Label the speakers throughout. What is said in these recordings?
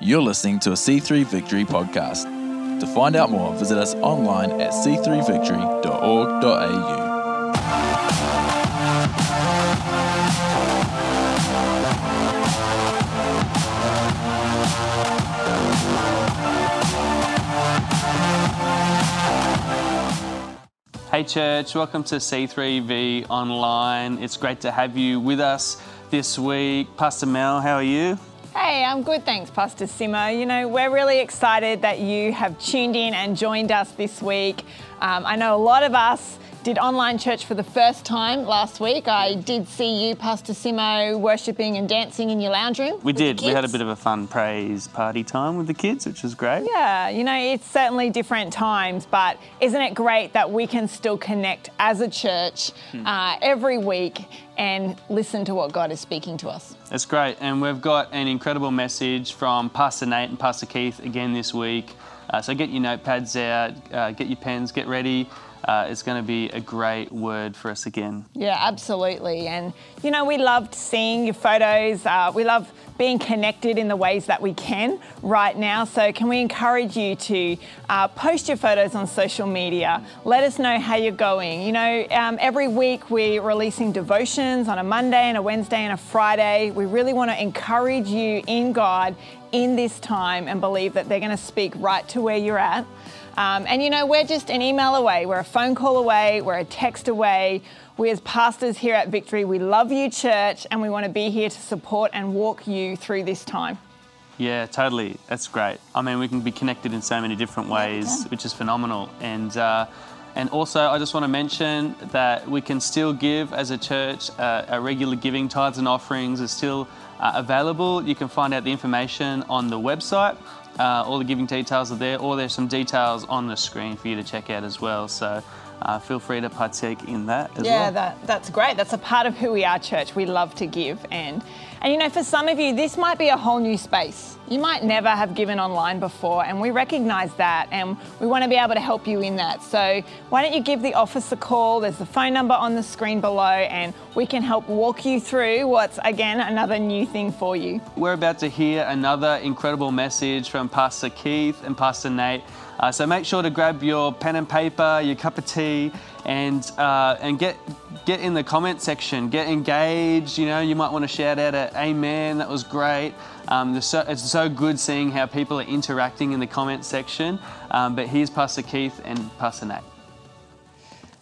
Speaker 1: You're listening to a C3 Victory podcast. To find out more, visit us online at c3victory.org.au.
Speaker 2: Hey, church, welcome to C3V Online. It's great to have you with us this week. Pastor Mel, how are you?
Speaker 3: Hey, I'm good, thanks, Pastor Simmer. You know, we're really excited that you have tuned in and joined us this week. Um, I know a lot of us did online church for the first time last week. I did see you, Pastor Simo, worshipping and dancing in your lounge room.
Speaker 2: We did. We had a bit of a fun praise party time with the kids, which was great.
Speaker 3: Yeah, you know, it's certainly different times, but isn't it great that we can still connect as a church uh, every week and listen to what God is speaking to us?
Speaker 2: It's great. And we've got an incredible message from Pastor Nate and Pastor Keith again this week. Uh, so get your notepads out, uh, get your pens, get ready. Uh, it's going to be a great word for us again.
Speaker 3: Yeah, absolutely. And you know, we loved seeing your photos. Uh, we love being connected in the ways that we can right now. So, can we encourage you to uh, post your photos on social media? Let us know how you're going. You know, um, every week we're releasing devotions on a Monday and a Wednesday and a Friday. We really want to encourage you in God in this time and believe that they're going to speak right to where you're at. Um, and you know, we're just an email away, we're a phone call away, we're a text away. We, as pastors here at Victory, we love you, church, and we want to be here to support and walk you through this time.
Speaker 2: Yeah, totally. That's great. I mean, we can be connected in so many different ways, which is phenomenal. And uh, and also, I just want to mention that we can still give as a church. Uh, our regular giving, tithes and offerings, is still uh, available. You can find out the information on the website. Uh, all the giving details are there, or there's some details on the screen for you to check out as well. So uh, feel free to partake in that as
Speaker 3: yeah,
Speaker 2: well.
Speaker 3: that, that's great. That's a part of who we are, church. We love to give. And, and you know, for some of you, this might be a whole new space. You might never have given online before, and we recognize that, and we want to be able to help you in that. So, why don't you give the office a call? There's the phone number on the screen below, and we can help walk you through what's, again, another new thing for you.
Speaker 2: We're about to hear another incredible message from Pastor Keith and Pastor Nate. Uh, so make sure to grab your pen and paper, your cup of tea, and uh, and get get in the comment section. Get engaged. You know, you might want to shout out a "Amen." That was great. Um, there's so, it's so good seeing how people are interacting in the comment section. Um, but here's Pastor Keith and Pastor Nate.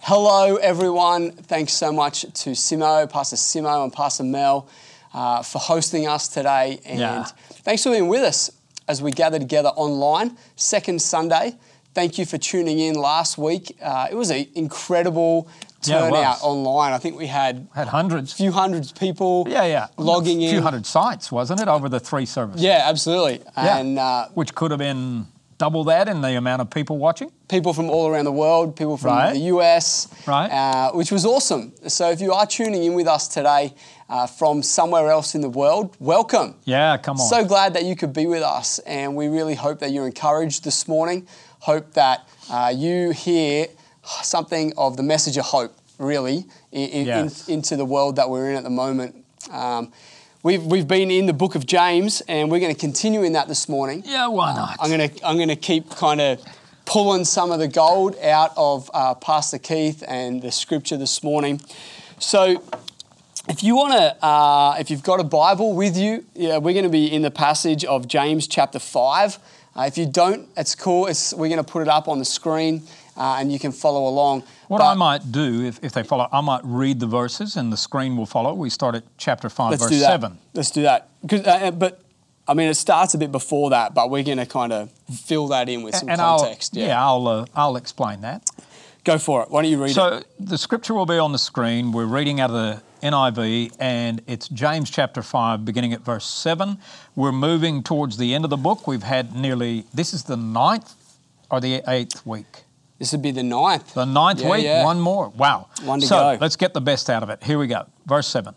Speaker 4: Hello, everyone. Thanks so much to Simo, Pastor Simo, and Pastor Mel uh, for hosting us today. And
Speaker 2: Yeah.
Speaker 4: thanks for being with us as we gather together online, second Sunday. Thank you for tuning in last week. Uh, it was an incredible
Speaker 5: Yeah, it was.
Speaker 4: turnout online. I think we had
Speaker 5: Had hundreds.
Speaker 4: a few hundred people
Speaker 5: yeah, yeah.
Speaker 4: logging
Speaker 5: A few
Speaker 4: in.
Speaker 5: hundred sites, wasn't it, over the three services?
Speaker 4: Yeah, absolutely.
Speaker 5: Yeah.
Speaker 4: And uh,
Speaker 5: Which could have been double that in the amount of people watching.
Speaker 4: people from all around the world, people from
Speaker 5: Right.
Speaker 4: the US,
Speaker 5: Right.
Speaker 4: uh, which was awesome. So if you are tuning in with us today uh, from somewhere else in the world, welcome.
Speaker 5: Yeah, come on.
Speaker 4: So glad that you could be with us, and we really hope that you're encouraged this morning. Hope that uh, you hear something of the message of hope, really, i- i- in,
Speaker 5: Yes.
Speaker 4: into the world that we're in at the moment. Um, we've, we've been in the book of James, and we're going to continue in that this morning.
Speaker 5: yeah, why not?
Speaker 4: I'm gonna I'm gonna keep kind of pulling some of the gold out of uh, Pastor Keith and the scripture this morning. So, if you want to, uh, if you've got a Bible with you, yeah, we're going to be in the passage of James chapter five. Uh, if you don't, it's cool. It's, we're going to put it up on the screen, uh, and you can follow along.
Speaker 5: what
Speaker 4: But
Speaker 5: I might do, if, if they follow, I might read the verses and the screen will follow. We start at chapter 5,
Speaker 4: let's
Speaker 5: verse
Speaker 4: do that.
Speaker 5: 7.
Speaker 4: Let's do that. 'Cause, uh, uh, but I mean, it starts a bit before that, but we're going to kind of fill that in with some context.
Speaker 5: I'll, I'll, uh, I'll explain that.
Speaker 4: go for it. Why don't you read it?
Speaker 5: So the scripture will be on the screen. We're reading out of the NIV, and it's James chapter 5, beginning at verse 7. We're moving towards the end of the book. We've had nearly, this is the ninth or the eighth week.
Speaker 4: This would be the ninth.
Speaker 5: The ninth
Speaker 4: Yeah,
Speaker 5: week,
Speaker 4: yeah.
Speaker 5: one more. Wow.
Speaker 4: One to
Speaker 5: so
Speaker 4: go.
Speaker 5: let's get the best out of it. Here we go. Verse 7.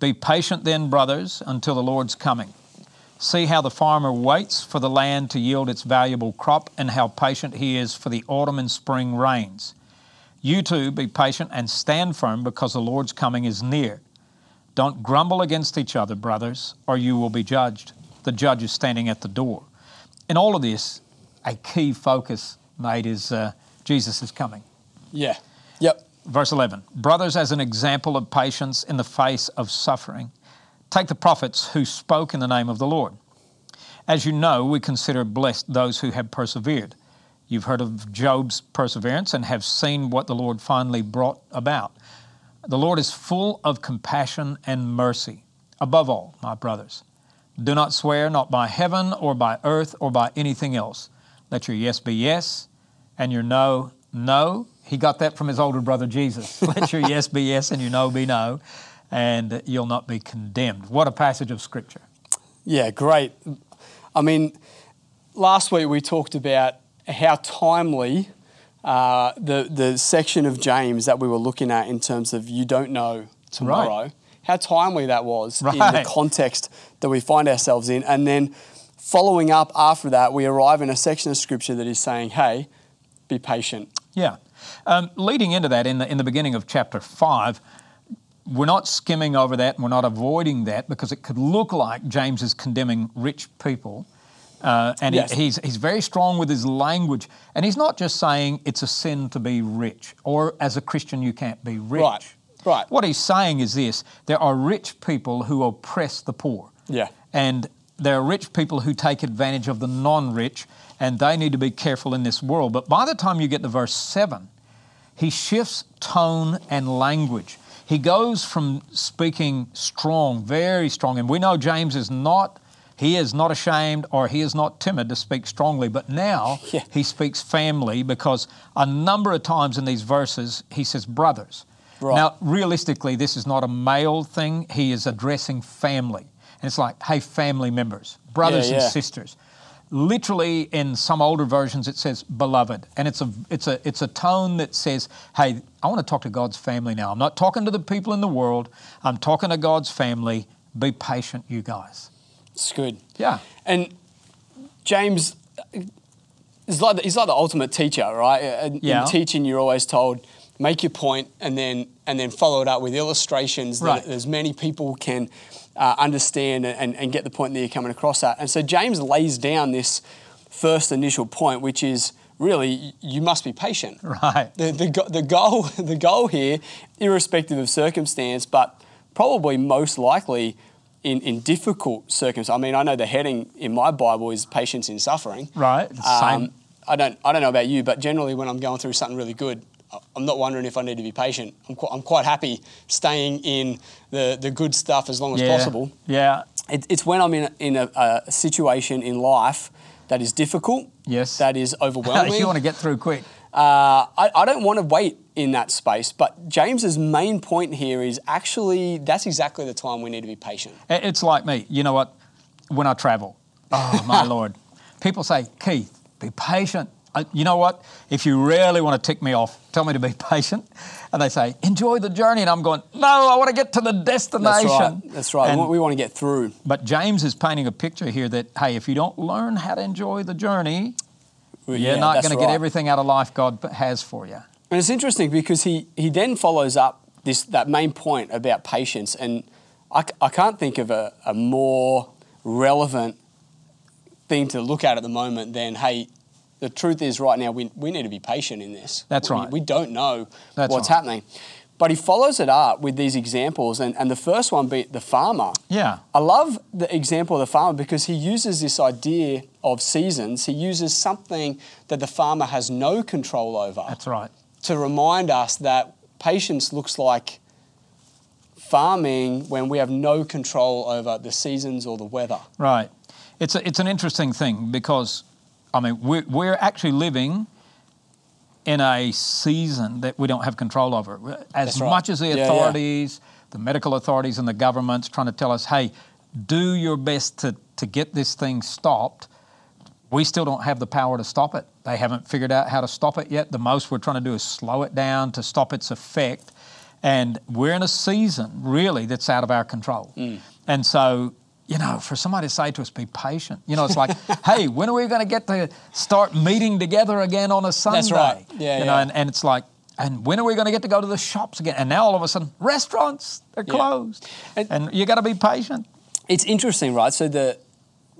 Speaker 5: Be patient then, brothers, until the Lord's coming. See how the farmer waits for the land to yield its valuable crop and how patient he is for the autumn and spring rains. You too be patient and stand firm because the Lord's coming is near. Don't grumble against each other, brothers, or you will be judged. the judge is standing at the door. In all of this, a key focus, made is uh, Jesus is coming.
Speaker 4: Yeah. Yep.
Speaker 5: Verse 11 Brothers, as an example of patience in the face of suffering, take the prophets who spoke in the name of the Lord. As you know, we consider blessed those who have persevered. You've heard of Job's perseverance and have seen what the Lord finally brought about. The Lord is full of compassion and mercy. Above all, my brothers, do not swear not by heaven or by earth or by anything else. Let your yes be yes and your no, no. He got that from his older brother Jesus. Let your yes be yes and your no be no, and you'll not be condemned. What a passage of scripture.
Speaker 4: Yeah, great. I mean, last week we talked about how timely uh, the the section of James that we were looking at in terms of you don't know tomorrow. How timely that was in the
Speaker 5: Right.
Speaker 4: context that we find ourselves in, and then following up after that, we arrive in a section of scripture that is saying, "Hey, be patient."
Speaker 5: Yeah. Um, leading into that, in the, in the beginning of chapter 5, we're not skimming over that and we're not avoiding that because it could look like James is condemning rich people. Uh, and he-
Speaker 4: Yes.
Speaker 5: he's, he's very strong with his language. And he's not just saying it's a sin to be rich or as a Christian you can't be rich.
Speaker 4: Right, right.
Speaker 5: What he's saying is this there are rich people who oppress the poor.
Speaker 4: Yeah.
Speaker 5: And there are rich people who take advantage of the non rich, and they need to be careful in this world. But by the time you get to verse 7, he shifts tone and language. He goes from speaking strong, very strong, and we know James is not. He is not ashamed or he is not timid to speak strongly, but now
Speaker 4: Yeah.
Speaker 5: he speaks family because a number of times in these verses he says brothers.
Speaker 4: Right.
Speaker 5: Now, realistically, this is not a male thing. He is addressing family. And it's like, hey, family members, brothers
Speaker 4: yeah.
Speaker 5: and sisters. Literally, in some older versions, it says beloved. And it's a, it's, a, it's a tone that says, hey, I want to talk to God's family now. I'm not talking to the people in the world, I'm talking to God's family. Be patient, you guys.
Speaker 4: It's good.
Speaker 5: Yeah.
Speaker 4: And James is like the, he's like the ultimate teacher, right? In, in
Speaker 5: Yeah.
Speaker 4: teaching, you're always told make your point and then and then follow it up with illustrations
Speaker 5: Right.
Speaker 4: that as many people can uh, understand and, and get the point that you're coming across at. And so James lays down this first initial point, which is really y- you must be patient.
Speaker 5: Right.
Speaker 4: The, the, go- the goal the goal here, irrespective of circumstance, but probably most likely in, in difficult circumstances. I mean, I know the heading in my Bible is patience in suffering.
Speaker 5: Right, same.
Speaker 4: Um, I don't I don't know about you, but generally when I'm going through something really good, I- I'm not wondering if I need to be patient. I'm, qu- I'm quite happy staying in the, the good stuff as long as
Speaker 5: yeah.
Speaker 4: possible.
Speaker 5: Yeah.
Speaker 4: It, it's when I'm in, in a, a situation in life that is difficult,
Speaker 5: Yes.
Speaker 4: that is overwhelming.
Speaker 5: you want to get through quick.
Speaker 4: Uh, I, I don't want to wait in that space, but James's main point here is actually that's exactly the time we need to be patient.
Speaker 5: It- It's like me. You know what? When I travel, oh my lord, people say, Keith, be patient. I, you know what? If you really want to tick me off, tell me to be patient. And they say, enjoy the journey. And I'm going, no, I want to get to the
Speaker 4: That's
Speaker 5: destination.
Speaker 4: right. That's right.
Speaker 5: And-
Speaker 4: we, we want to get through.
Speaker 5: but James is painting a picture here that, hey, if you don't learn how to enjoy the journey, you're not
Speaker 4: that's
Speaker 5: going to
Speaker 4: right.
Speaker 5: get everything out of life God has for you.
Speaker 4: And it's interesting because he, he then follows up this that main point about patience, and I, c- I can't think of a, a more relevant thing to look at at the moment than hey, the truth is right now we, we need to be patient in this.
Speaker 5: That's
Speaker 4: We-
Speaker 5: right.
Speaker 4: We don't know
Speaker 5: That's
Speaker 4: what's
Speaker 5: right.
Speaker 4: happening. But he follows it up with these examples, and, and the first one being the farmer.
Speaker 5: Yeah.
Speaker 4: I love the example of the farmer because he uses this idea of seasons. He uses something that the farmer has no control over
Speaker 5: That's right.
Speaker 4: to remind us that patience looks like farming when we have no control over the seasons or the weather.
Speaker 5: Right. It's, a, it's an interesting thing because, I mean, we're, we're actually living in a season that we don't have control over. As
Speaker 4: That's right.
Speaker 5: much as
Speaker 4: Yeah,
Speaker 5: the
Speaker 4: yeah.
Speaker 5: authorities, the medical authorities, and the government's trying to tell us, hey, do your best to, to get this thing stopped, we still don't have the power to stop it. They haven't figured out how to stop it yet. The most we're trying to do is slow it down to stop its effect. And we're in a season, really, that's out of our control.
Speaker 4: Mm.
Speaker 5: And so, you know, for somebody to say to us, be patient, you know, it's like, hey, when are we going to get to start meeting together again on a Sunday?
Speaker 4: right. Yeah,
Speaker 5: You know,
Speaker 4: yeah.
Speaker 5: and, and it's like, and when are we going to get to go to the shops again? And now all of a sudden, restaurants, they're
Speaker 4: Yeah.
Speaker 5: closed.
Speaker 4: And-
Speaker 5: and you got to be patient.
Speaker 4: It's interesting, right? So the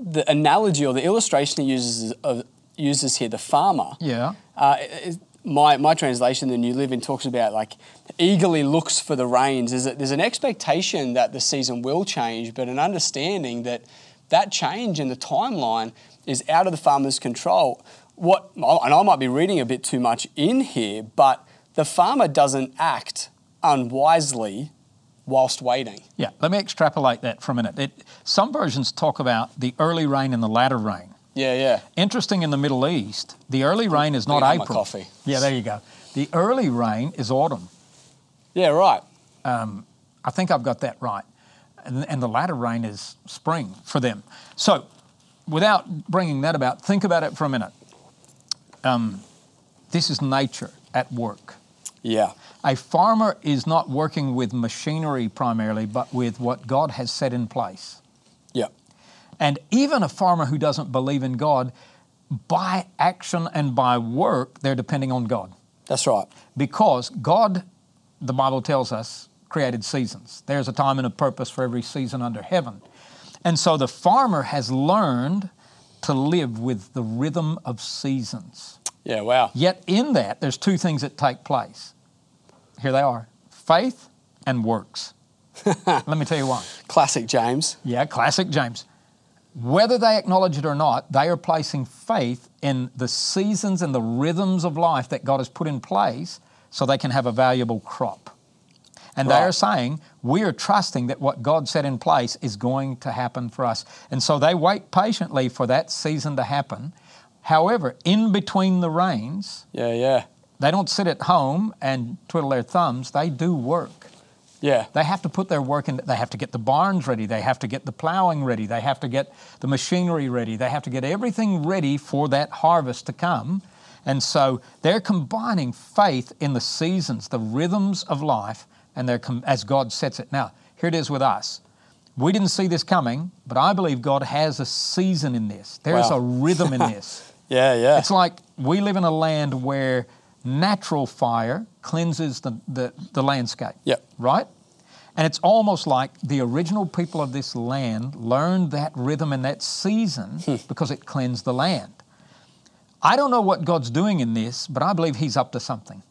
Speaker 4: the analogy or the illustration he uses of, uses here, the farmer.
Speaker 5: Yeah.
Speaker 4: Uh, it- it- my, my translation, the New Living, talks about like eagerly looks for the rains. Is that there's an expectation that the season will change, but an understanding that that change in the timeline is out of the farmer's control. What and I might be reading a bit too much in here, but the farmer doesn't act unwisely whilst waiting.
Speaker 5: Yeah, let me extrapolate that for a minute. It, some versions talk about the early rain and the latter rain.
Speaker 4: Yeah, yeah.
Speaker 5: Interesting in the Middle East, the early rain is
Speaker 4: Let
Speaker 5: not
Speaker 4: me have my
Speaker 5: April.
Speaker 4: coffee.
Speaker 5: Yeah, there you go. The early rain is autumn.
Speaker 4: Yeah, right.
Speaker 5: I think I've got that right. And, and the latter rain is spring for them. So, without bringing that about, think about it for a minute. Um, this is nature at work.
Speaker 4: Yeah.
Speaker 5: A farmer is not working with machinery primarily, but with what God has set in place.
Speaker 4: Yeah.
Speaker 5: And even a farmer who doesn't believe in God, by action and by work, they're depending on God.
Speaker 4: That's right.
Speaker 5: Because God, the Bible tells us, created seasons. There's a time and a purpose for every season under heaven. And so the farmer has learned to live with the rhythm of seasons.
Speaker 4: Yeah, wow.
Speaker 5: Yet in that, there's two things that take place. Here they are faith and works. Let me tell you why.
Speaker 4: Classic James.
Speaker 5: Yeah, classic James. Whether they acknowledge it or not, they are placing faith in the seasons and the rhythms of life that God has put in place so they can have a valuable crop. And they
Speaker 4: Right.
Speaker 5: are saying, we are trusting that what God set in place is going to happen for us. And so they wait patiently for that season to happen. However, in between the rains,
Speaker 4: Yeah, yeah.
Speaker 5: they don't sit at home and twiddle their thumbs, they do work.
Speaker 4: Yeah.
Speaker 5: They have to put their work in. They have to get the barns ready. They have to get the plowing ready. They have to get the machinery ready. They have to get everything ready for that harvest to come. And so they're combining faith in the seasons, the rhythms of life, and they're com- as God sets it. Now, here it is with us. We didn't see this coming, but I believe God has a season in this. There is
Speaker 4: Wow.
Speaker 5: a rhythm in this.
Speaker 4: Yeah, yeah.
Speaker 5: It's like we live in a land where natural fire cleanses the, the, the landscape.
Speaker 4: Yep.
Speaker 5: Right? And it's almost like the original people of this land learned that rhythm and that season because it cleansed the land. I don't know what God's doing in this, but I believe He's up to something.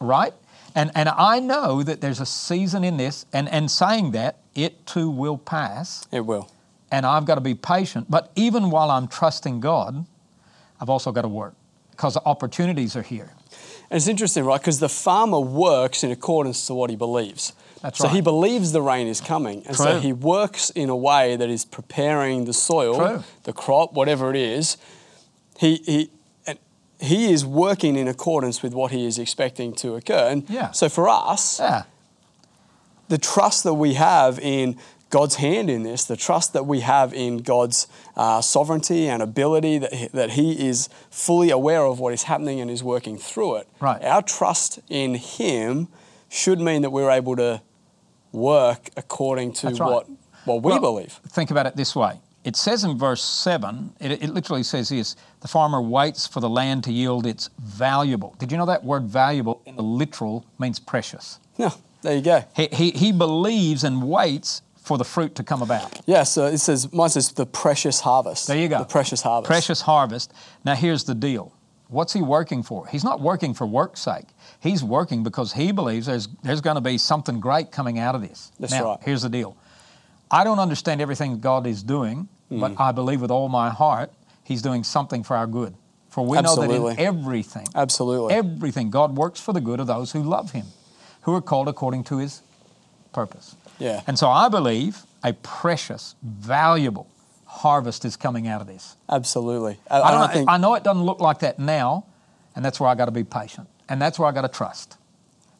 Speaker 5: right? And, and I know that there's a season in this, and, and saying that, it too will pass
Speaker 4: it will.
Speaker 5: and I've got to be patient. But even while I'm trusting God, I've also got to work because the opportunities are here.
Speaker 4: And it's interesting, right? Because the farmer works in accordance to what he believes.
Speaker 5: That's
Speaker 4: so he
Speaker 5: right.
Speaker 4: believes the rain is coming, and so
Speaker 5: True.
Speaker 4: he works in a way that is preparing the soil,
Speaker 5: True.
Speaker 4: the crop, whatever it is. He he and he is working in accordance with what he is expecting to occur. And
Speaker 5: Yeah.
Speaker 4: so for us,
Speaker 5: Yeah,
Speaker 4: the trust that we have in God's hand in this, the trust that we have in God's uh, sovereignty and ability, that he, that he is fully aware of what is happening and is working through it.
Speaker 5: Right.
Speaker 4: Our trust in Him should mean that we're able to work according to
Speaker 5: That's right.
Speaker 4: what, what we
Speaker 5: Well,
Speaker 4: believe.
Speaker 5: Think about it this way. It says in verse 7, it, it literally says this the farmer waits for the land to yield its valuable. Did you know that word valuable in the literal means precious?
Speaker 4: Yeah, there you go.
Speaker 5: He, he, he believes and waits for the fruit to come about.
Speaker 4: Yeah, so it says, mine says the precious harvest.
Speaker 5: There you go.
Speaker 4: The precious harvest.
Speaker 5: Precious harvest. Now here's the deal. What's he working for? He's not working for work's sake. He's working because he believes there's there's going to be something great coming out of this.
Speaker 4: That's
Speaker 5: now,
Speaker 4: right.
Speaker 5: here's the deal. I don't understand everything God is doing,
Speaker 4: Hmm.
Speaker 5: but I believe with all my heart he's doing something for our good. For we know that
Speaker 4: Absolutely.
Speaker 5: in everything,
Speaker 4: Absolutely.
Speaker 5: everything, God works for the good of those who love him, who are called according to his purpose.
Speaker 4: Yeah.
Speaker 5: And so I believe a precious, valuable harvest is coming out of this.
Speaker 4: Absolutely.
Speaker 5: I,
Speaker 4: and
Speaker 5: don't know,
Speaker 4: think-
Speaker 5: I know it doesn't look like that now, and that's where I got to be patient, and that's where I got to trust.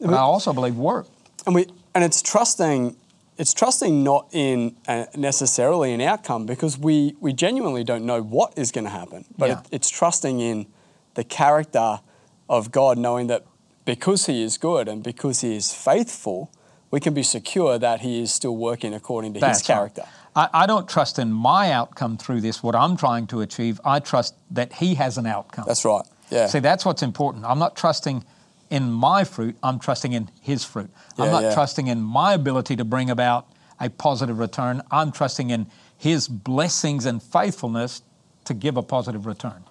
Speaker 5: But I also believe work.
Speaker 4: and we and it's trusting it's trusting not in uh, necessarily an outcome because we we genuinely don't know what is going to happen but
Speaker 5: Yeah.
Speaker 4: it, it's trusting in the character of god knowing that because he is good and because he is faithful we can be secure that he is still working according to his
Speaker 5: That's right.
Speaker 4: character
Speaker 5: I, I don't trust in my outcome through this, what I'm trying to achieve. I trust that He has an outcome.
Speaker 4: that's right yeah
Speaker 5: See, that's what's important. I'm not trusting in my fruit, I'm trusting in His fruit.
Speaker 4: Yeah,
Speaker 5: I'm not
Speaker 4: yeah.
Speaker 5: trusting in my ability to bring about a positive return. I'm trusting in his blessings and faithfulness to give a positive return.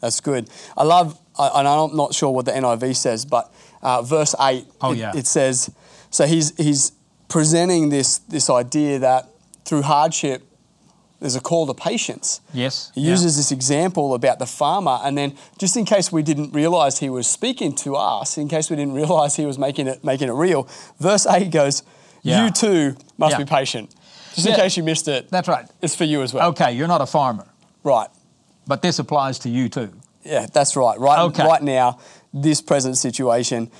Speaker 4: That's good. I love, I, and I'm not sure what the NIV says, but uh, verse 8,
Speaker 5: Oh,
Speaker 4: it,
Speaker 5: yeah.
Speaker 4: it says, so he's, he's presenting this, this idea that through hardship, there's a call to patience.
Speaker 5: Yes.
Speaker 4: He
Speaker 5: yeah.
Speaker 4: uses this example about the farmer, and then just in case we didn't realize he was speaking to us, in case we didn't realize he was making it, making it real, verse 8 goes,
Speaker 5: Yeah.
Speaker 4: You too must
Speaker 5: Yeah.
Speaker 4: be patient. Just in
Speaker 5: Yeah.
Speaker 4: case you missed it,
Speaker 5: That's right.
Speaker 4: it's for you as well.
Speaker 5: Okay, you're not a farmer,
Speaker 4: Right.
Speaker 5: but this applies to you too.
Speaker 4: Yeah, that's right. Right,
Speaker 5: Okay.
Speaker 4: right now, this present situation,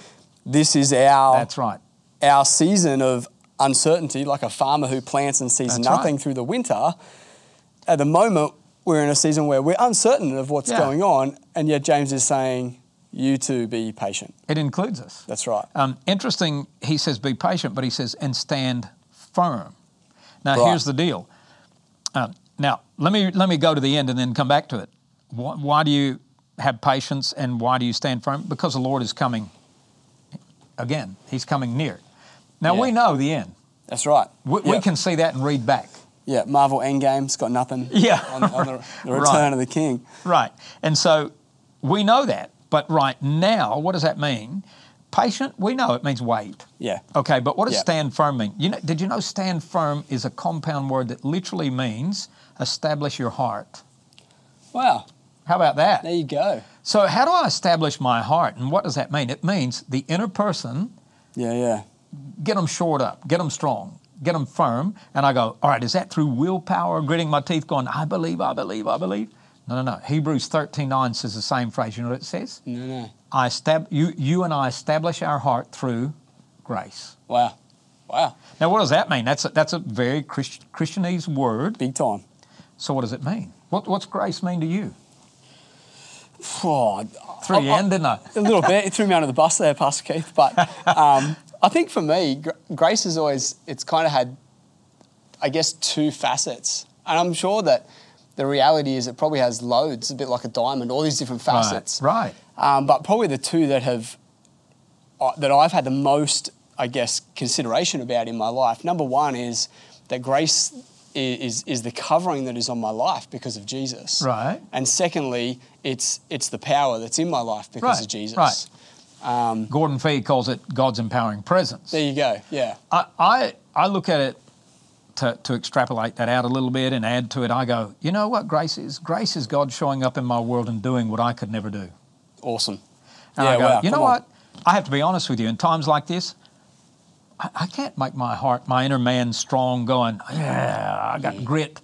Speaker 4: this is our
Speaker 5: That's right.
Speaker 4: our season of uncertainty. Like a farmer who plants and sees
Speaker 5: That's
Speaker 4: nothing
Speaker 5: right.
Speaker 4: through the winter. At the moment, we're in a season where we're uncertain of what's
Speaker 5: Yeah.
Speaker 4: going on, and yet James is saying, "You two be patient."
Speaker 5: It includes us.
Speaker 4: That's right.
Speaker 5: Um, interesting, he says, be patient, but he says, and stand firm. Now,
Speaker 4: Right.
Speaker 5: here's the deal. Um, now, let me, let me go to the end and then come back to it. Why, why do you have patience and why do you stand firm? Because the Lord is coming again, He's coming near. Now,
Speaker 4: Yeah.
Speaker 5: we know the end.
Speaker 4: That's right.
Speaker 5: We,
Speaker 4: yeah.
Speaker 5: we can see that and read back.
Speaker 4: Yeah, Marvel Endgame's got nothing.
Speaker 5: Yeah,
Speaker 4: on, on the, the
Speaker 5: right.
Speaker 4: Return of the King.
Speaker 5: Right. And so we know that. But right now, what does that mean? Patient, we know it means wait.
Speaker 4: Yeah.
Speaker 5: Okay, but what does
Speaker 4: Yeah.
Speaker 5: stand firm mean? You know, did you know stand firm is a compound word that literally means establish your heart?
Speaker 4: Wow,
Speaker 5: How about that?
Speaker 4: there you go.
Speaker 5: So, how do I establish my heart? And what does that mean? It means the inner person,
Speaker 4: Yeah, yeah.
Speaker 5: get them shored up, get them strong, get them firm. And I go, all right, is that through willpower, gritting my teeth, going, I believe, I believe, I believe? No, no, no. Hebrews thirteen nine says the same phrase. You know what it says?
Speaker 4: No, no.
Speaker 5: I stab- you, you and I establish our heart through grace.
Speaker 4: Wow, wow.
Speaker 5: Now, what does that mean? That's a, that's a very Christ- Christianese word.
Speaker 4: Big time.
Speaker 5: So, what does it mean? What, what's grace mean to you?
Speaker 4: Oh,
Speaker 5: Through
Speaker 4: I-
Speaker 5: the
Speaker 4: I-
Speaker 5: end, didn't I?
Speaker 4: a little bit. It threw me under the bus there, Pastor Keith. But um, I think for me, gr- grace has always it's kind of had, I guess, two facets, and I'm sure that the reality is it probably has loads, a bit like a diamond, all these different facets.
Speaker 5: Right.
Speaker 4: Um, but probably the two that have uh, that I've had the most, I guess, consideration about in my life. Number one is that grace i- is is the covering that is on my life because of Jesus.
Speaker 5: Right.
Speaker 4: And secondly, it's it's the power that's in my life because
Speaker 5: Right,
Speaker 4: of Jesus.
Speaker 5: right. Gordon Fee calls it God's empowering presence.
Speaker 4: There you go. Yeah.
Speaker 5: I, I, I look at it to, to extrapolate that out a little bit and add to it. I go, you know what grace is? Grace is God showing up in my world and doing what I could never do.
Speaker 4: Awesome. yeah.
Speaker 5: And Oh, I go,
Speaker 4: wow,
Speaker 5: you know
Speaker 4: come on.
Speaker 5: what? I have to be honest with you. In times like this, I, I can't make my heart, my inner man strong, going, yeah, I got grit.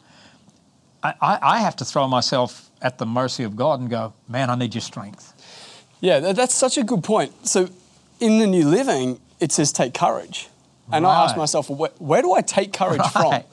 Speaker 5: I, I, I have to throw myself at the mercy of God and go, man, I need your strength.
Speaker 4: Yeah, tha- that's such a good point. So, in the New Living, it says take courage, and I ask
Speaker 5: Right.
Speaker 4: myself, well, wh- where do I take courage from?
Speaker 5: Right.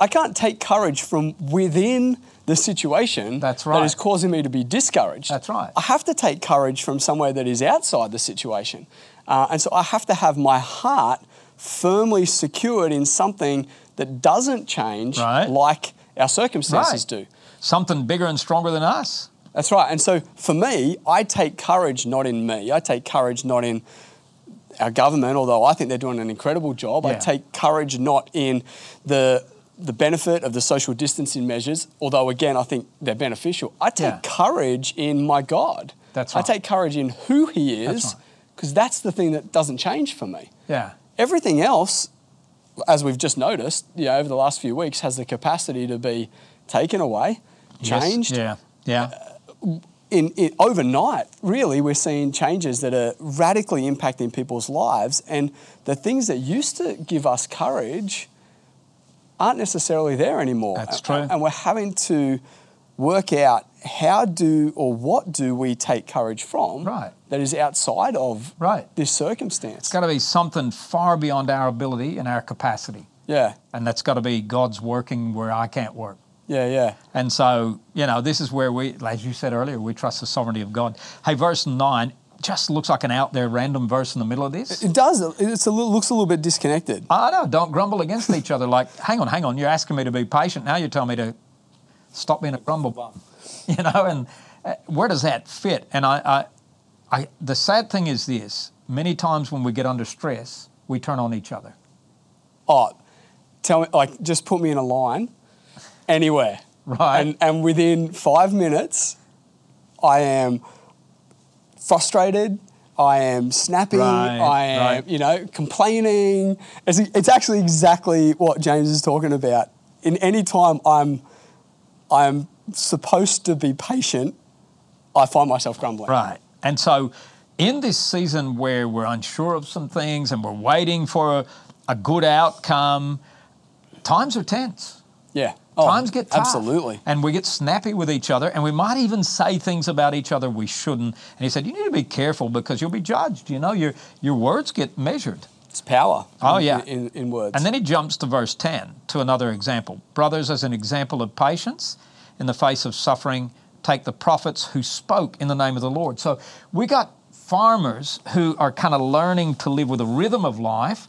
Speaker 4: I can't take courage from within the situation
Speaker 5: That's
Speaker 4: that is
Speaker 5: right.
Speaker 4: causing me to be discouraged.
Speaker 5: That's right.
Speaker 4: I have to take courage from somewhere that is outside the situation, uh, and so I have to have my heart firmly secured in something that doesn't change,
Speaker 5: Right.
Speaker 4: like our circumstances do.
Speaker 5: Right. Something bigger and stronger than us.
Speaker 4: That's right. And so for me, I take courage not in me. I take courage not in our government, although I think they're doing an incredible job. I
Speaker 5: Yeah.
Speaker 4: take courage not in the the benefit of the social distancing measures, although again I think they're beneficial. I take
Speaker 5: Yeah.
Speaker 4: courage in my God.
Speaker 5: That's
Speaker 4: I
Speaker 5: right.
Speaker 4: take courage in who He
Speaker 5: That's
Speaker 4: is,
Speaker 5: right.
Speaker 4: because that's the thing that doesn't change for me.
Speaker 5: Yeah.
Speaker 4: Everything else, as we've just noticed, you know, over the last few weeks, has the capacity to be taken away,
Speaker 5: Yes.
Speaker 4: changed,
Speaker 5: Yeah. Yeah.
Speaker 4: in, in overnight, really, we're seeing changes that are radically impacting people's lives, and the things that used to give us courage aren't necessarily there anymore.
Speaker 5: That's
Speaker 4: A-
Speaker 5: true.
Speaker 4: And we're having to work out how do or what do we take courage from
Speaker 5: Right.
Speaker 4: that is outside of
Speaker 5: Right.
Speaker 4: this circumstance.
Speaker 5: It's got to be something far beyond our ability and our capacity.
Speaker 4: yeah,
Speaker 5: And that's got to be God's working where I can't work.
Speaker 4: yeah, yeah.
Speaker 5: And so, you know, this is where we, as you said earlier, we trust the sovereignty of God. Hey, verse 9 just looks like an out there random verse in the middle of this.
Speaker 4: It does. It's a little, looks a little bit disconnected.
Speaker 5: I know, don't grumble against each other. Like, hang on, hang on, you're asking me to be patient. Now you're telling me to stop being a grumble bum. You know, and uh, where does that fit? And I, I, I, the sad thing is this many times when we get under stress, we turn on each other.
Speaker 4: Oh, tell me, like, just put me in a line. anywhere.
Speaker 5: Right.
Speaker 4: And, and within five minutes, I am frustrated. I am snappy.
Speaker 5: Right,
Speaker 4: I am,
Speaker 5: right.
Speaker 4: you know, complaining. It's, it's actually exactly what James is talking about. In any time I'm, I'm supposed to be patient, I find myself grumbling.
Speaker 5: Right. And so, in this season where we're unsure of some things and we're waiting for a, a good outcome, times are tense.
Speaker 4: Yeah.
Speaker 5: times get tough.
Speaker 4: Oh, Absolutely.
Speaker 5: And we get snappy with each other, and we might even say things about each other we shouldn't. And he said, You need to be careful because you'll be judged. You know, your, your words get measured.
Speaker 4: It's power.
Speaker 5: Oh,
Speaker 4: in-
Speaker 5: yeah.
Speaker 4: In, in words.
Speaker 5: And then he jumps to verse 10 to another example. Brothers, as an example of patience in the face of suffering, take the prophets who spoke in the name of the Lord. So we got farmers who are kind of learning to live with a rhythm of life,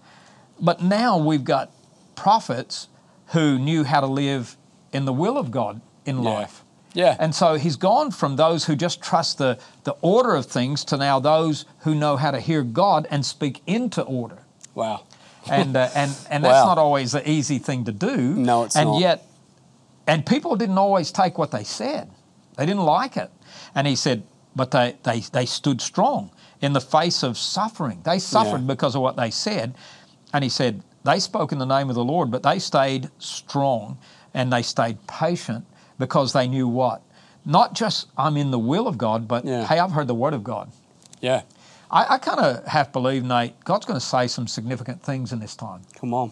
Speaker 5: but now we've got prophets who knew how to live in the will of God in
Speaker 4: Yeah.
Speaker 5: life.
Speaker 4: Yeah.
Speaker 5: And so he's gone from those who just trust the, the order of things to now those who know how to hear God and speak into order
Speaker 4: wow.
Speaker 5: and uh, and and that's
Speaker 4: Wow.
Speaker 5: not always the easy thing to do.
Speaker 4: No, it's
Speaker 5: and
Speaker 4: not.
Speaker 5: yet, and people didn't always take what they said; they didn't like it. And he said, but they they they stood strong in the face of suffering. They suffered
Speaker 4: Yeah.
Speaker 5: because of what they said, and he said they spoke in the name of the Lord, but they stayed strong and they stayed patient because they knew what. Not just I'm in the will of God, but
Speaker 4: Yeah.
Speaker 5: hey, I've heard the word of God.
Speaker 4: Yeah.
Speaker 5: I, I kind of half believe, Nate, God's going to say some significant things in this time.
Speaker 4: Come on.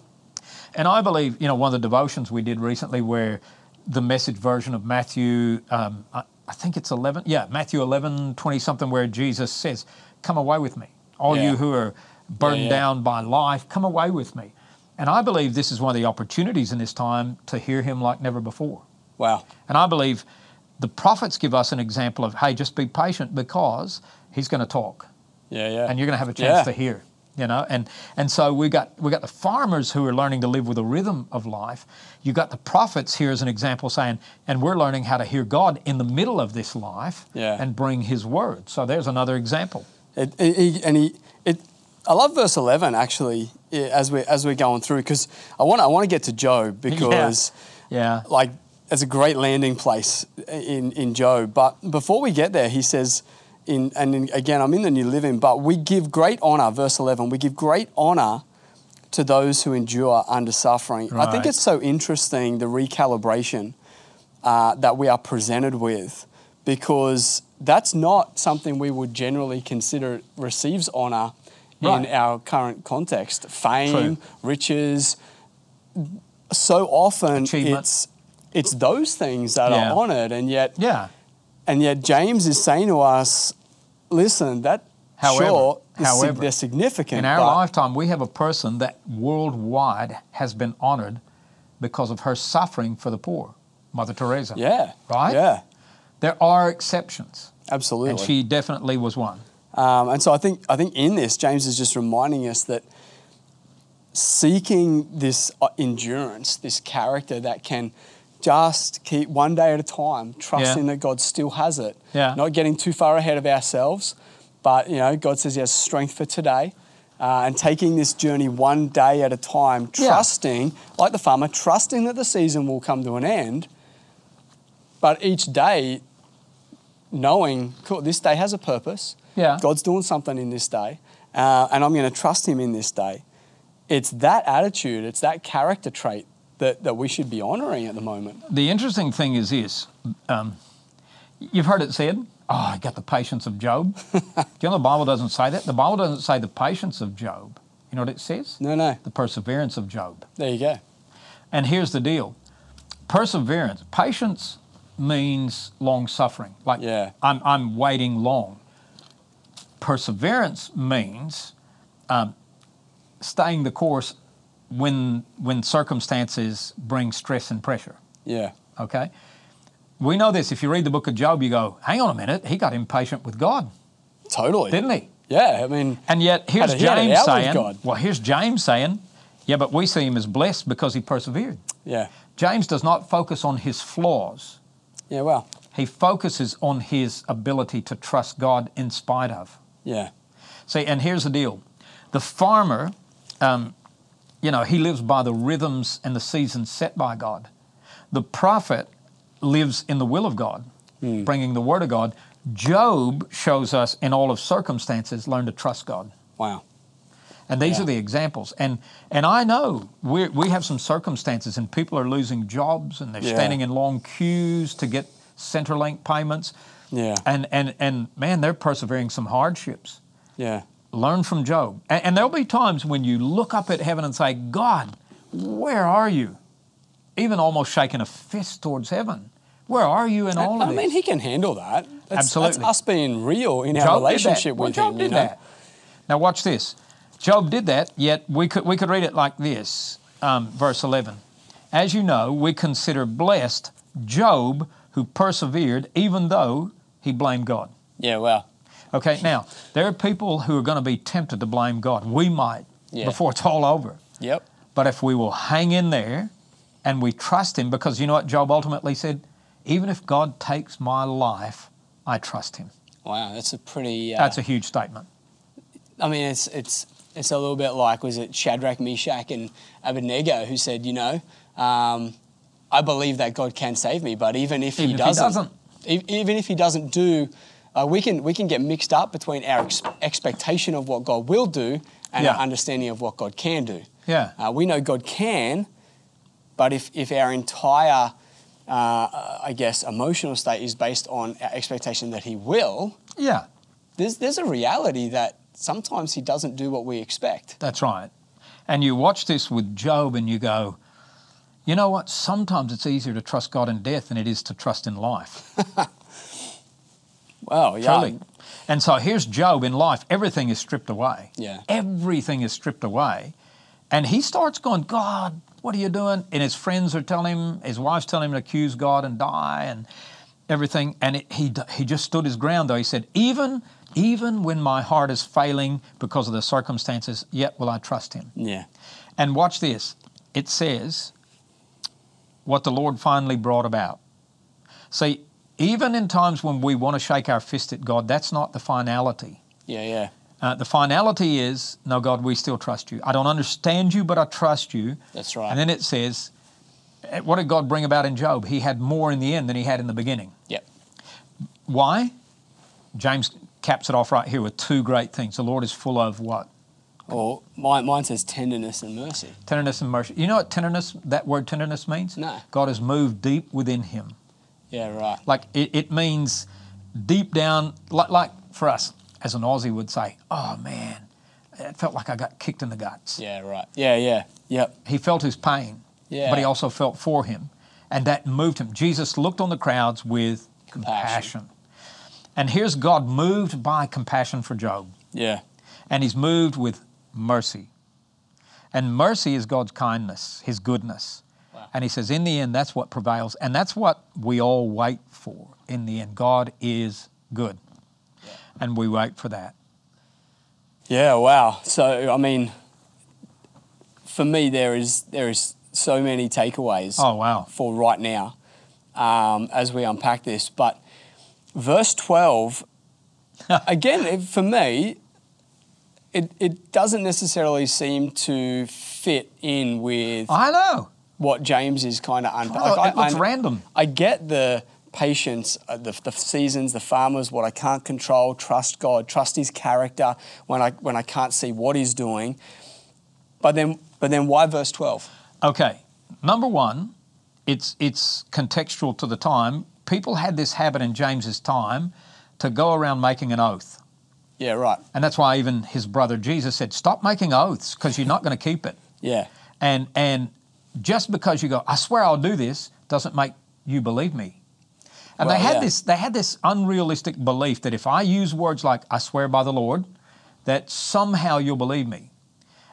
Speaker 5: And I believe, you know, one of the devotions we did recently where the message version of Matthew, um, I, I think it's 11, yeah, Matthew 11, 20 something, where Jesus says, Come away with me. All
Speaker 4: Yeah.
Speaker 5: you who are burdened
Speaker 4: yeah.
Speaker 5: down by life, come away with me. And I believe this is one of the opportunities in this time to hear him like never before.
Speaker 4: Wow.
Speaker 5: And I believe the prophets give us an example of, hey, just be patient because he's going to talk
Speaker 4: Yeah, yeah.
Speaker 5: and you're going to have a chance
Speaker 4: Yeah.
Speaker 5: to hear you know and and so we got we got the farmers who are learning to live with a rhythm of life you got the prophets here as an example saying and we're learning how to hear god in the middle of this life
Speaker 4: Yeah.
Speaker 5: and bring his word so there's another example
Speaker 4: It, it, he, and he, it, I love verse eleven actually i- as we as we're going through because I want I want to get to Job because
Speaker 5: yeah
Speaker 4: like it's a great landing place in in Job. But before we get there, he says. In, and in, again, I'm in the New Living, but we give great honor, verse 11, we give great honor to those who endure under suffering. I think
Speaker 5: Right.
Speaker 4: it's so interesting the recalibration uh, that we are presented with because that's not something we would generally consider receives honor
Speaker 5: Right.
Speaker 4: in our current context. Fame,
Speaker 5: True.
Speaker 4: riches. So often
Speaker 5: Achievement.
Speaker 4: it's it's those things that
Speaker 5: Yeah.
Speaker 4: are honored and yet
Speaker 5: yeah
Speaker 4: and yet James is saying to us, listen, that
Speaker 5: However-
Speaker 4: sure is sig-
Speaker 5: however,
Speaker 4: they're significant.
Speaker 5: in our
Speaker 4: but-
Speaker 5: lifetime we have a person that worldwide has been honored because of her suffering for the poor mother teresa
Speaker 4: Yeah.
Speaker 5: right
Speaker 4: Yeah.
Speaker 5: there are exceptions
Speaker 4: Absolutely.
Speaker 5: and she definitely was one
Speaker 4: Um, and so I think I think in this James is just reminding us that seeking this uh, endurance, this character that can just keep one day at a time, trusting
Speaker 5: Yeah.
Speaker 4: that God still has it,
Speaker 5: Yeah.
Speaker 4: not getting too far ahead of ourselves, but you know God says He has strength for today. Uh, and taking this journey one day at a time,
Speaker 5: Yeah.
Speaker 4: trusting, like the farmer, trusting that the season will come to an end, but each day knowing, cool, this day has a purpose.
Speaker 5: Yeah.
Speaker 4: God's doing something in this day, uh, and I'm going to trust Him in this day. It's that attitude, it's that character trait that, that we should be honoring at the moment.
Speaker 5: the interesting thing is this um, you've heard it said oh i got the patience of job do you know the bible doesn't say that the bible doesn't say the patience of job you know what it says
Speaker 4: No, no.
Speaker 5: the perseverance of job
Speaker 4: There you go.
Speaker 5: and here's the deal perseverance patience means long suffering like
Speaker 4: Yeah.
Speaker 5: I'm, I'm waiting long perseverance means um, staying the course when when circumstances bring stress and pressure
Speaker 4: Yeah.
Speaker 5: Okay? We know this. If you read the book of Job, you go, hang on a minute, he got impatient with God,
Speaker 4: Totally.
Speaker 5: didn't he?
Speaker 4: Yeah. I mean,
Speaker 5: And yet here's
Speaker 4: Had it- he had it
Speaker 5: James
Speaker 4: out with
Speaker 5: saying,
Speaker 4: God.
Speaker 5: well, here's James saying, yeah, but we see him as blessed because he persevered.
Speaker 4: yeah.
Speaker 5: James does not focus on his flaws.
Speaker 4: Yeah. Well.
Speaker 5: He focuses on his ability to trust God in spite of.
Speaker 4: Yeah.
Speaker 5: See, and here's the deal the farmer, um, you know, he lives by the rhythms and the seasons set by God. The prophet lives in the will of God,
Speaker 4: Hmm.
Speaker 5: bringing the word of God. Job shows us in all of circumstances, learn to trust God.
Speaker 4: Wow.
Speaker 5: And these
Speaker 4: Yeah.
Speaker 5: are the examples. And and I know we we have some circumstances, and people are losing jobs, and they're
Speaker 4: Yeah.
Speaker 5: standing in long queues to get Centrelink payments.
Speaker 4: Yeah.
Speaker 5: And and and man, they're persevering some hardships.
Speaker 4: Yeah.
Speaker 5: Learn from Job. And, and there'll be times when you look up at heaven and say, God, where are you? Even almost shaking a fist towards heaven. Where are you in all of
Speaker 4: I
Speaker 5: this?
Speaker 4: mean, he can handle that. That's,
Speaker 5: Absolutely.
Speaker 4: That's us being real in our
Speaker 5: Job did that.
Speaker 4: relationship
Speaker 5: Well,
Speaker 4: with
Speaker 5: Job
Speaker 4: him.
Speaker 5: did
Speaker 4: you know?
Speaker 5: that. Now watch this. Job did that, yet we could we could read it like this, um, verse eleven. As you know, we consider blessed Job who persevered even though he blamed God.
Speaker 4: Yeah. Wow.
Speaker 5: Okay, now there are people who are going to be tempted to blame God. We might
Speaker 4: Yeah.
Speaker 5: before it's all over.
Speaker 4: Yep.
Speaker 5: But if we will hang in there and we trust Him, because you know what Job ultimately said? Even if God takes my life, I trust Him.
Speaker 4: Wow. That's a pretty. Uh,
Speaker 5: That's a huge statement.
Speaker 4: I mean, it's it's it's a little bit like was it Shadrach, Meshach, and Abednego who said, you know, um, I believe that God can save me, but even if
Speaker 5: Even
Speaker 4: He
Speaker 5: if he
Speaker 4: doesn't,
Speaker 5: doesn't.
Speaker 4: e- even if He doesn't do, uh, we can we can get mixed up between our ex- expectation of what God will do and
Speaker 5: Yeah.
Speaker 4: our understanding of what God can do.
Speaker 5: Yeah.
Speaker 4: Uh, we know God can, but if if our entire uh, uh, I guess emotional state is based on our expectation that He will
Speaker 5: Yeah.
Speaker 4: there's there's a reality that sometimes he doesn't do what we expect.
Speaker 5: That's right. And you watch this with Job and you go, you know what? Sometimes it's easier to trust God in death than it is to trust in life.
Speaker 4: Wow, Oh, yeah.
Speaker 5: Truly. And so here's Job in life. Everything is stripped away.
Speaker 4: Yeah.
Speaker 5: Everything is stripped away. And he starts going, God, what are you doing? And his friends are telling him, his wife's telling him to accuse God and die and everything. And it, he, he just stood his ground, though. He said, even, even when my heart is failing because of the circumstances, yet will I trust him.
Speaker 4: Yeah.
Speaker 5: And watch this. It says what the Lord finally brought about. See, even in times when we want to shake our fist at God, that's not the finality.
Speaker 4: Yeah, yeah.
Speaker 5: Uh, the finality is, no, God, we still trust you. I don't understand you, but I trust you.
Speaker 4: That's right.
Speaker 5: And then it says, eh, what did God bring about in Job? He had more in the end than he had in the beginning.
Speaker 4: Yep.
Speaker 5: Why? James caps it off right here with two great things. The Lord is full of what?
Speaker 4: Or mine, mine says tenderness and mercy.
Speaker 5: Tenderness and mercy. You know what tenderness, that word tenderness means?
Speaker 4: No.
Speaker 5: God is moved deep within him.
Speaker 4: Yeah, right.
Speaker 5: Like it, it means deep down, like, like for us, as an Aussie would say, oh man, it felt like I got kicked in the guts.
Speaker 4: Yeah, right. Yeah, yeah. Yep.
Speaker 5: He felt his pain,
Speaker 4: Yeah.
Speaker 5: but he also felt for him. And that moved him. Jesus looked on the crowds with compassion.
Speaker 4: Compassion.
Speaker 5: And here's God moved by compassion for Job,
Speaker 4: Yeah.
Speaker 5: and he's moved with mercy. And mercy is God's kindness, his goodness. And he says, in the end, that's what prevails. And that's what we all wait for in the end. God is good. And we wait for that.
Speaker 4: Yeah, wow. So I mean for me there is there is so many takeaways
Speaker 5: Oh, wow.
Speaker 4: for right now um, as we unpack this. But verse 12, again, it- for me, it, it doesn't necessarily seem to fit in with
Speaker 5: I know.
Speaker 4: what James is kind of unpacking.
Speaker 5: Well, it looks random.
Speaker 4: I get the patience, uh, the, the seasons, the farmers, what I can't control, trust God, trust His character when I, when I can't see what He's doing. But then, but then why verse 12?
Speaker 5: Okay. Number one, it's it's contextual to the time. People had this habit in James's time to go around making an oath.
Speaker 4: Yeah, right.
Speaker 5: And that's why even his brother Jesus said, Stop making oaths because you're not going to keep it.
Speaker 4: Yeah.
Speaker 5: And and just because you go, I swear I'll do this, doesn't make you believe me. And
Speaker 4: Well,
Speaker 5: they had
Speaker 4: yeah.
Speaker 5: this they had this unrealistic belief that if I use words like I swear by the Lord, that somehow you'll believe me.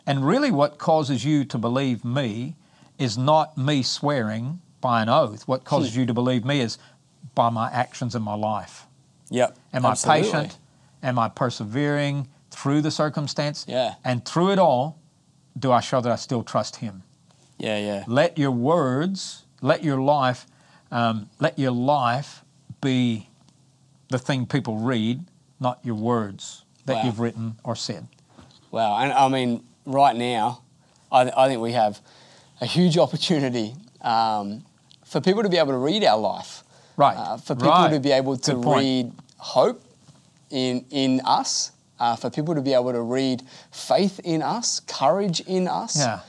Speaker 5: And really what causes you to believe me is not me swearing by an oath. What causes
Speaker 4: Hmm.
Speaker 5: you to believe me is by my actions in my life.
Speaker 4: Yep.
Speaker 5: Am I
Speaker 4: Absolutely.
Speaker 5: patient? Am I persevering through the circumstance?
Speaker 4: Yeah.
Speaker 5: And through it all, do I show that I still trust him?
Speaker 4: Yeah, yeah.
Speaker 5: let your words, let your life, um, let your life be the thing people read, not your words that
Speaker 4: Wow.
Speaker 5: you've written or said.
Speaker 4: Wow. And I mean, right now, I, I think we have a huge opportunity um, for people to be able to read our life.
Speaker 5: Right.
Speaker 4: Uh, for people
Speaker 5: Right.
Speaker 4: to be able to
Speaker 5: Good point.
Speaker 4: read hope in in us. Uh, for people to be able to read faith in us, courage in us.
Speaker 5: Yeah.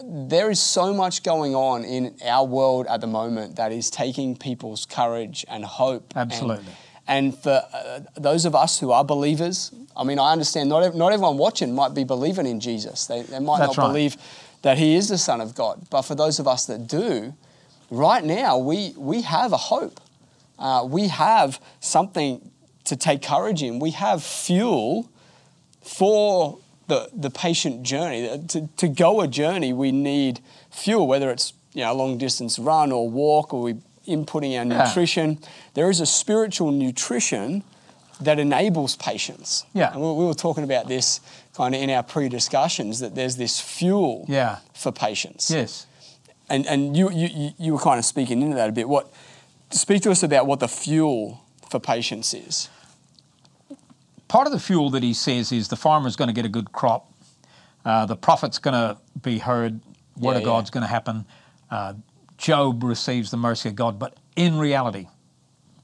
Speaker 4: There is so much going on in our world at the moment that is taking people's courage and hope. and-
Speaker 5: Absolutely.
Speaker 4: And, for uh, those of us who are believers, I mean, I understand not, ev- not everyone watching might be believing in Jesus. They, they might
Speaker 5: That's
Speaker 4: not
Speaker 5: right.
Speaker 4: believe that he is the Son of God. But for those of us that do, right now, we, we have a hope. Uh, we have something to take courage in. We have fuel for the, the patient journey. Uh, To, to go a journey, we need fuel, whether it's you know, a long distance run or walk, or we inputting our
Speaker 5: Yeah.
Speaker 4: nutrition. There is a spiritual nutrition that enables patience.
Speaker 5: Yeah.
Speaker 4: And we, we were talking about this kind of in our pre discussions that there's this fuel
Speaker 5: Yeah.
Speaker 4: for patience
Speaker 5: Yes.
Speaker 4: and and you, you you- you were kind of speaking into that a bit. What speak to us about what the fuel for patience is?
Speaker 5: part of the fuel that he says is the farmer's going to get a good crop, uh, the prophet's going to be heard, word
Speaker 4: Yeah,
Speaker 5: of
Speaker 4: yeah.
Speaker 5: God's going to happen, uh, Job receives the mercy of God. But in reality,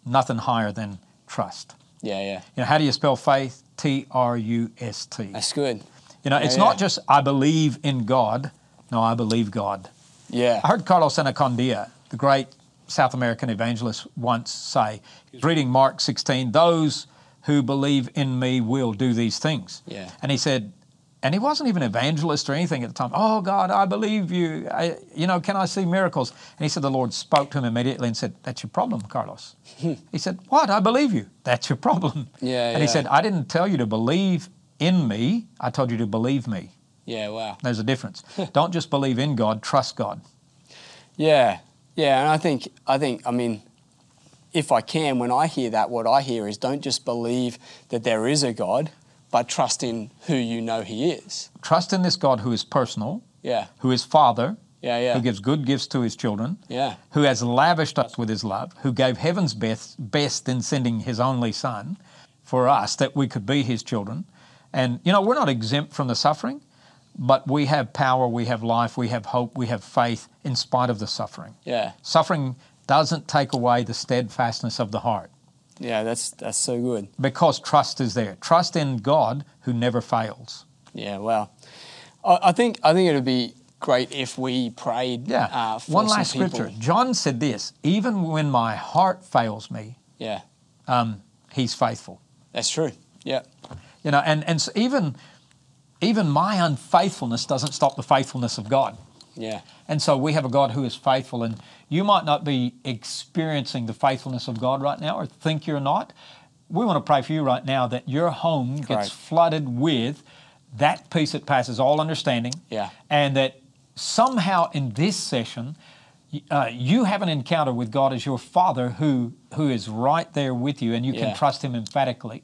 Speaker 5: nothing higher than trust.
Speaker 4: Yeah, yeah,
Speaker 5: You know, how do you spell faith? T R U S T.
Speaker 4: that's good.
Speaker 5: You know, it's
Speaker 4: yeah.
Speaker 5: not just I believe in God. No, I believe God.
Speaker 4: Yeah,
Speaker 5: I heard Carlos Anacondia, the great South American evangelist, once say, reading Mark 16, those who believe in me will do these things.
Speaker 4: Yeah.
Speaker 5: And he said, and he wasn't even evangelist or anything at the time. Oh God, I believe you. I, you know, can I see miracles? And he said the Lord spoke to him immediately and said, "That's your problem, Carlos." he said, "What? I believe you. That's your problem."
Speaker 4: Yeah,
Speaker 5: And he
Speaker 4: yeah.
Speaker 5: said, "I didn't tell you to believe in me. I told you to believe me.
Speaker 4: yeah, wow.
Speaker 5: There's a difference. Don't just believe in God. Trust God."
Speaker 4: Yeah, yeah, and I think I think I mean, if I can, when I hear that, what I hear is don't just believe that there is a God, but trust in who you know He is.
Speaker 5: trust in this God who is personal,
Speaker 4: Yeah,
Speaker 5: who is Father,
Speaker 4: yeah, yeah,
Speaker 5: who gives good gifts to his children,
Speaker 4: yeah,
Speaker 5: who has lavished us with his love, who gave heaven's best, best in sending his only Son for us that we could be his children. And, you know, we're not exempt from the suffering, but we have power, we have life, we have hope, we have faith in spite of the suffering.
Speaker 4: yeah,
Speaker 5: Suffering doesn't take away the steadfastness of the heart
Speaker 4: yeah. That's that's so good.
Speaker 5: because trust is there. Trust in God who never fails.
Speaker 4: Yeah, wow. I, I think I think it'd be great if we prayed.
Speaker 5: Yeah.
Speaker 4: Uh, for
Speaker 5: One
Speaker 4: some
Speaker 5: last
Speaker 4: people.
Speaker 5: scripture. John said this even when my heart fails me,
Speaker 4: Yeah,
Speaker 5: um, he's faithful.
Speaker 4: that's true. Yeah,
Speaker 5: You know, and, and so even, even my unfaithfulness doesn't stop the faithfulness of God.
Speaker 4: yeah,
Speaker 5: And so we have a God who is faithful, and you might not be experiencing the faithfulness of God right now or think you're not. We want to pray for you right now that your home gets
Speaker 4: Right.
Speaker 5: flooded with that peace that passes all understanding.
Speaker 4: Yeah.
Speaker 5: And that somehow in this session, y- uh, you have an encounter with God as your Father who, who is right there with you, and you
Speaker 4: Yeah.
Speaker 5: can trust Him emphatically.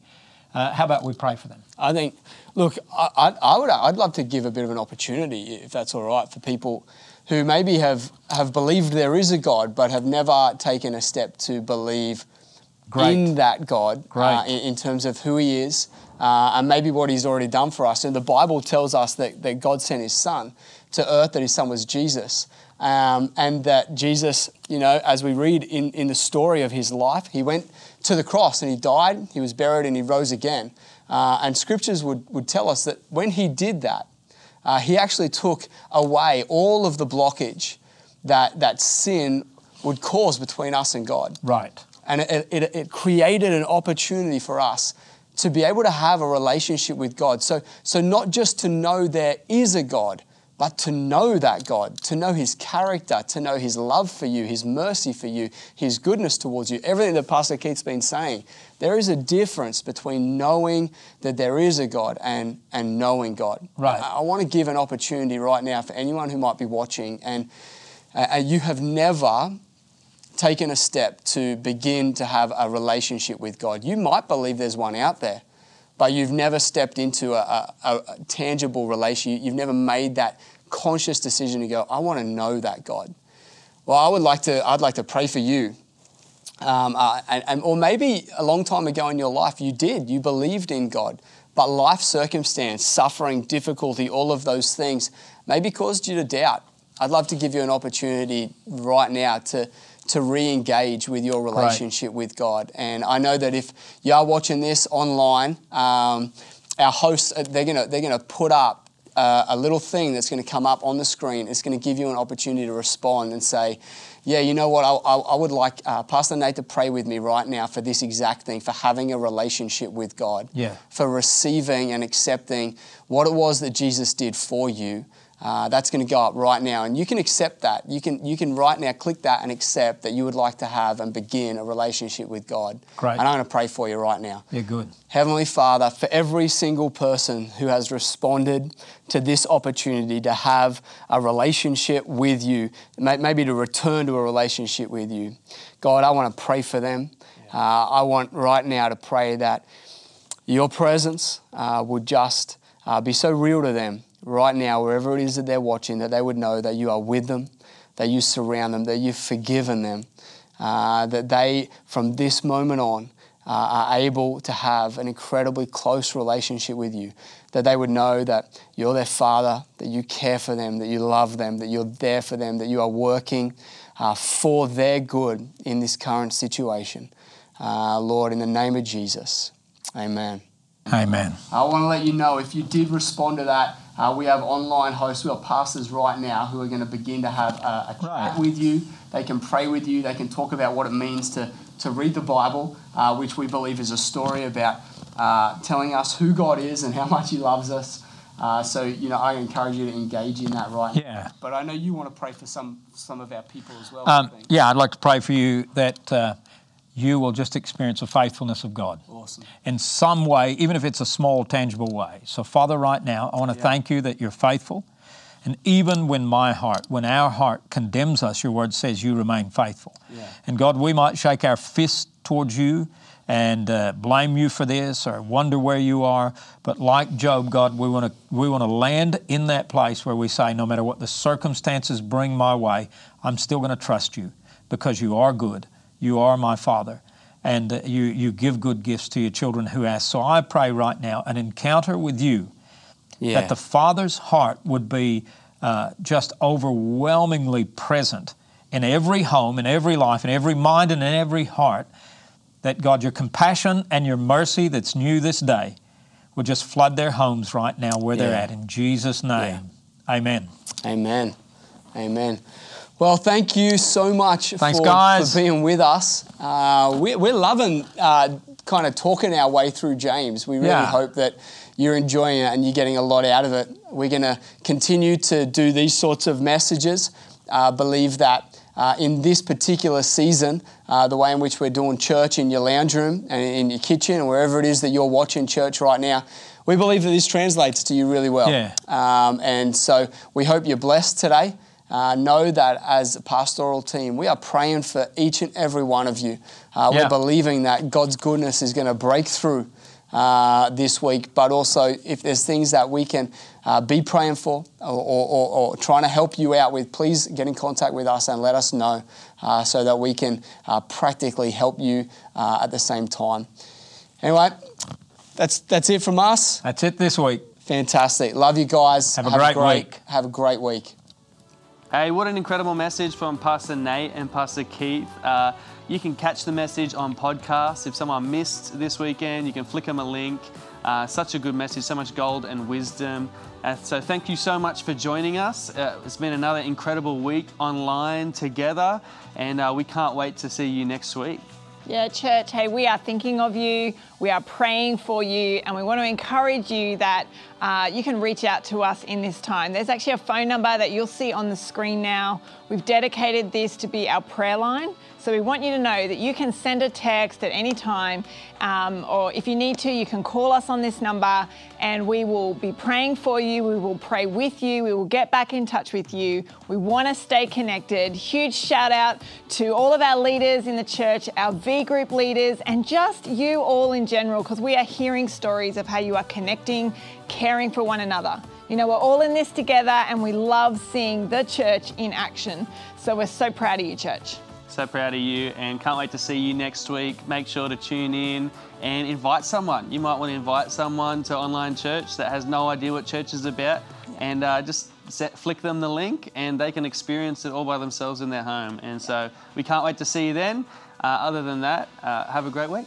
Speaker 5: Uh, how about we pray for them?
Speaker 4: I think. Look, I, I, I would. I'd love to give a bit of an opportunity, if that's all right, for people who maybe have have believed there is a God, but have never taken a step to believe
Speaker 5: Great.
Speaker 4: in that God,
Speaker 5: Great.
Speaker 4: uh, in, in terms of who He is. Uh, and maybe what he's already done for us. And the Bible tells us that, that God sent his son to earth, that his son was Jesus. Um, and that Jesus, you know, as we read in, in the story of his life, he went to the cross and he died, he was buried, and he rose again. Uh, and scriptures would, would tell us that when he did that, uh, he actually took away all of the blockage that, that sin would cause between us and God.
Speaker 5: Right.
Speaker 4: And it, it, it created an opportunity for us to be able to have a relationship with God. So, so not just to know there is a God, but to know that God, to know His character, to know His love for you, His mercy for you, His goodness towards you, everything that Pastor Keith's been saying. There is a difference between knowing that there is a God and, and knowing God.
Speaker 5: Right.
Speaker 4: I, I want to give an opportunity right now for anyone who might be watching and uh, and you have never taken a step to begin to have a relationship with God. You might believe there's one out there, but you've never stepped into a, a, a a tangible relationship. You've never made that conscious decision to go, I want to know that God. Well, I would like to, I'd like to pray for you. Um, uh, and, and, or maybe a long time ago in your life, you did, you believed in God, but life circumstance, suffering, difficulty, all of those things maybe caused you to doubt. I'd love to give you an opportunity right now to, to re engage with your relationship with God. And I know that if you are watching this online, um, our hosts, uh, they're going to they're gonna put up uh, a little thing that's going to come up on the screen. It's going to give you an opportunity to respond and say, yeah, you know what? I, I, I would like uh, Pastor Nate to pray with me right now for this exact thing, for having a relationship with God,
Speaker 5: Yeah.
Speaker 4: for receiving and accepting what it was that Jesus did for you. Uh, that's going to go up right now, and you can accept that. You can you can right now click that and accept that you would like to have and begin a relationship with God.
Speaker 5: Great.
Speaker 4: And I'm going to pray for you right now.
Speaker 5: Yeah, good.
Speaker 4: Heavenly Father, for every single person who has responded to this opportunity to have a relationship with you, may- maybe to return to a relationship with you, God, I want to pray for them. Uh, I want right now to pray that your presence uh, would just uh, be so real to them right now, wherever it is that they're watching, that they would know that you are with them, that you surround them, that you've forgiven them, uh, that they, from this moment on, uh, are able to have an incredibly close relationship with you, that they would know that you're their father, that you care for them, that you love them, that you're there for them, that you are working uh, for their good in this current situation. Uh, Lord, in the name of Jesus, amen.
Speaker 5: Amen.
Speaker 4: I want to let you know if you did respond to that, uh, we have online hosts, we have pastors right now who are going to begin to have a, a
Speaker 5: Right.
Speaker 4: chat with you. They can pray with you. They can talk about what it means to, to read the Bible, uh, which we believe is a story about uh, telling us who God is and how much He loves us. Uh, so, you know, I encourage you to engage in that right
Speaker 5: Yeah.
Speaker 4: now. But I know you want to pray for some, some of our people as well. I
Speaker 5: Um,
Speaker 4: think.
Speaker 5: yeah, I'd like to pray for you that uh, you will just experience the faithfulness of God.
Speaker 4: Awesome.
Speaker 5: in some way, even if it's a small, tangible way. So, Father, right now, I want to
Speaker 4: Yeah.
Speaker 5: thank you that you're faithful. And even when my heart, when our heart condemns us, your word says you remain faithful.
Speaker 4: Yeah.
Speaker 5: And God, we might shake our fist towards you and uh, blame you for this or wonder where you are. But like Job, God, we want to we want to land in that place where we say, no matter what the circumstances bring my way, I'm still going to trust you because you are good. You are my Father, and uh, you you give good gifts to your children who ask. So I pray right now an encounter with you
Speaker 4: Yeah.
Speaker 5: that the Father's heart would be uh, just overwhelmingly present in every home, in every life, in every mind, and in every heart. That God, your compassion and your mercy that's new this day would just flood their homes right now where they're
Speaker 4: Yeah.
Speaker 5: at. In Jesus' name. Amen.
Speaker 4: Amen. Amen. Well, thank you so much
Speaker 5: Thanks,
Speaker 4: for,
Speaker 5: guys.
Speaker 4: for being with us. Uh, we, we're loving uh, kind of talking our way through James. We really
Speaker 5: Yeah.
Speaker 4: hope that you're enjoying it and you're getting a lot out of it. We're going to continue to do these sorts of messages. Uh, believe that uh, in this particular season, uh, the way in which we're doing church in your lounge room and in your kitchen and wherever it is that you're watching church right now, we believe that this translates to you really well.
Speaker 5: Yeah.
Speaker 4: Um, and so we hope you're blessed today. Uh, know that as a pastoral team, we are praying for each and every one of you. Uh,
Speaker 5: Yeah.
Speaker 4: We're believing that God's goodness is going to break through uh, this week, but also if there's things that we can uh, be praying for or, or, or, or trying to help you out with, please get in contact with us and let us know uh, so that we can uh, practically help you uh, at the same time. Anyway, that's, that's it from us.
Speaker 5: That's it this week.
Speaker 4: Fantastic. Love you guys.
Speaker 5: Have a great week.
Speaker 4: Have a great week.
Speaker 2: Hey, what an incredible message from Pastor Nate and Pastor Keith. Uh, you can catch the message on podcast. If someone missed this weekend, you can flick them a link. Uh, such a good message, so much gold and wisdom. Uh, so, thank you so much for joining us. Uh, it's been another incredible week online together, and uh, we can't wait to see you next week.
Speaker 3: Yeah, church, hey, we are thinking of you, we are praying for you, and we want to encourage you that uh, you can reach out to us in this time. There's actually a phone number that you'll see on the screen now. We've dedicated this to be our prayer line. So we want you to know that you can send a text at any time, um, or if you need to, you can call us on this number and we will be praying for you. We will pray with you. We will get back in touch with you. We want to stay connected. Huge shout out to all of our leaders in the church, our V group leaders, and just you all in general, because we are hearing stories of how you are connecting, caring for one another. You know, we're all in this together and we love seeing the church in action. So we're so proud of you, church.
Speaker 2: So proud of you and can't wait to see you next week. Make sure to tune in and invite someone. You might want to invite someone to online church that has no idea what church is about and uh, just set, flick them the link, and they can experience it all by themselves in their home. And so we can't wait to see you then. Uh, other than that, uh, have a great week.